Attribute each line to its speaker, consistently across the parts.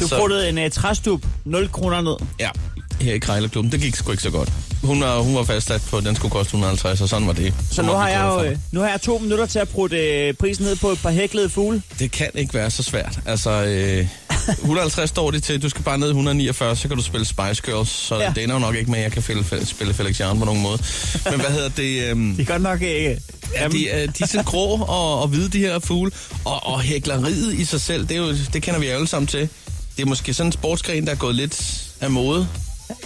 Speaker 1: Du
Speaker 2: Så-
Speaker 1: pruttede en uh, træstup 0 kroner ned.
Speaker 2: Ja, her i Krejlerklubben. Det gik sgu ikke så godt. Hun var, hun var fastsat på, at den skulle koste 150, og sådan var det.
Speaker 1: Så nu har jeg jo øh, nu har jeg to minutter til at prutte øh, prisen ned på et par hæklede fugle.
Speaker 2: Det kan ikke være så svært. Altså, øh, 150 står det til. Du skal bare ned i 149, så kan du spille Spice Girls. Så
Speaker 1: Ja.
Speaker 2: ja. det ender jo nok ikke med, at jeg kan fælde, spille Felix Jern på nogen måde. Men hvad hedder det? Øh,
Speaker 1: Det er godt nok ikke.
Speaker 2: Ja, de, øh, de er sådan grå og, og hvide, de her fugle. Og, og hækleriet i sig selv, det, er jo, det kender vi alle sammen til. Det er måske sådan en sportsgren, der er gået lidt af mode.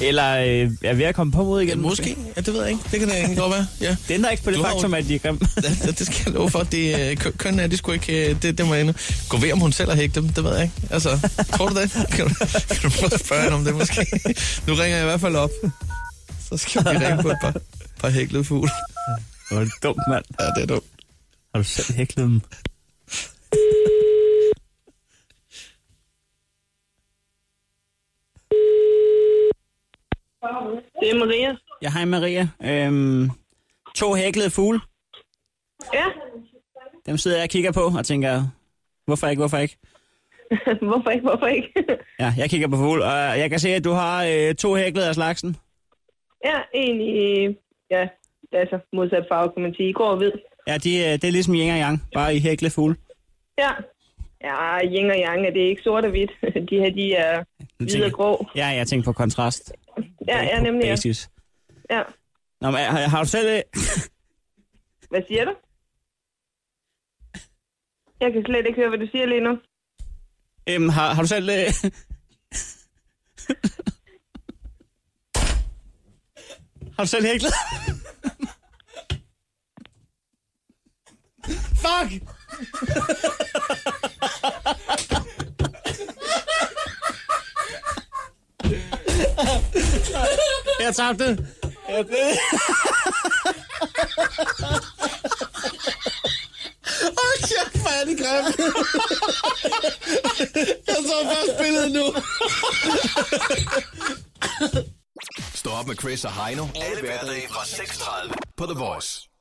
Speaker 1: Eller øh, er ved at komme på mod igen.
Speaker 2: Måske, ja, det ved jeg ikke. Det kan det ikke godt være. Ja.
Speaker 1: Det ændrer ikke på det
Speaker 2: Du har jo-
Speaker 1: faktum, at de er grimme.
Speaker 2: Ja, det skal jeg love for. Det, øh, kø- køn er det sgu ikke. øh, Det, det må jeg endnu. Gå ved, om hun selv har hægt dem. Det ved jeg ikke. Altså, tror du det? Kan du, kan du prøve at spørge hende om det måske? Nu ringer jeg i hvert fald op. Så skal vi ringe på et par, par hæklede fugle.
Speaker 1: Hvor er det dumt, mand.
Speaker 2: Ja, det er dumt.
Speaker 1: Har du selv hæklet dem?
Speaker 3: Det er Maria.
Speaker 1: Ja, hej Maria. Øhm, to hæklede fugle.
Speaker 3: Ja,
Speaker 1: Dem sidder jeg og kigger på og tænker, hvorfor ikke, hvorfor ikke?
Speaker 3: hvorfor ikke, hvorfor ikke?
Speaker 1: Ja, jeg kigger på fugle, og jeg kan se, at du har øh, to hæklede af slagsen.
Speaker 3: ja, egentlig, øh, ja, altså modsat farve, kan man sige. I går og hvid.
Speaker 1: Ja, de, øh, det er ligesom yin og yang, bare i hæklede fugle.
Speaker 3: Ja, ja, yin og yang, er det er ikke sort og hvidt. De her, de er hvide og grå.
Speaker 1: Ja, jeg tænker på kontrast.
Speaker 3: Ja, ja,
Speaker 1: På
Speaker 3: nemlig, ja.
Speaker 1: Basis.
Speaker 3: ja.
Speaker 1: Nå, men har, har du selv... øh,
Speaker 3: Hvad siger du? Jeg kan slet ikke høre, hvad du siger lige nu.
Speaker 1: Øhm, har, har du selv... Øh, har du selv hæklet? Fuck! Jeg tabte. Jeg tabte.
Speaker 2: Åh, kæft, hvor er det grimt. Jeg så først billedet nu.
Speaker 4: Stå op med Chris og Heino. Alle hverdage fra 6.30 på The Voice.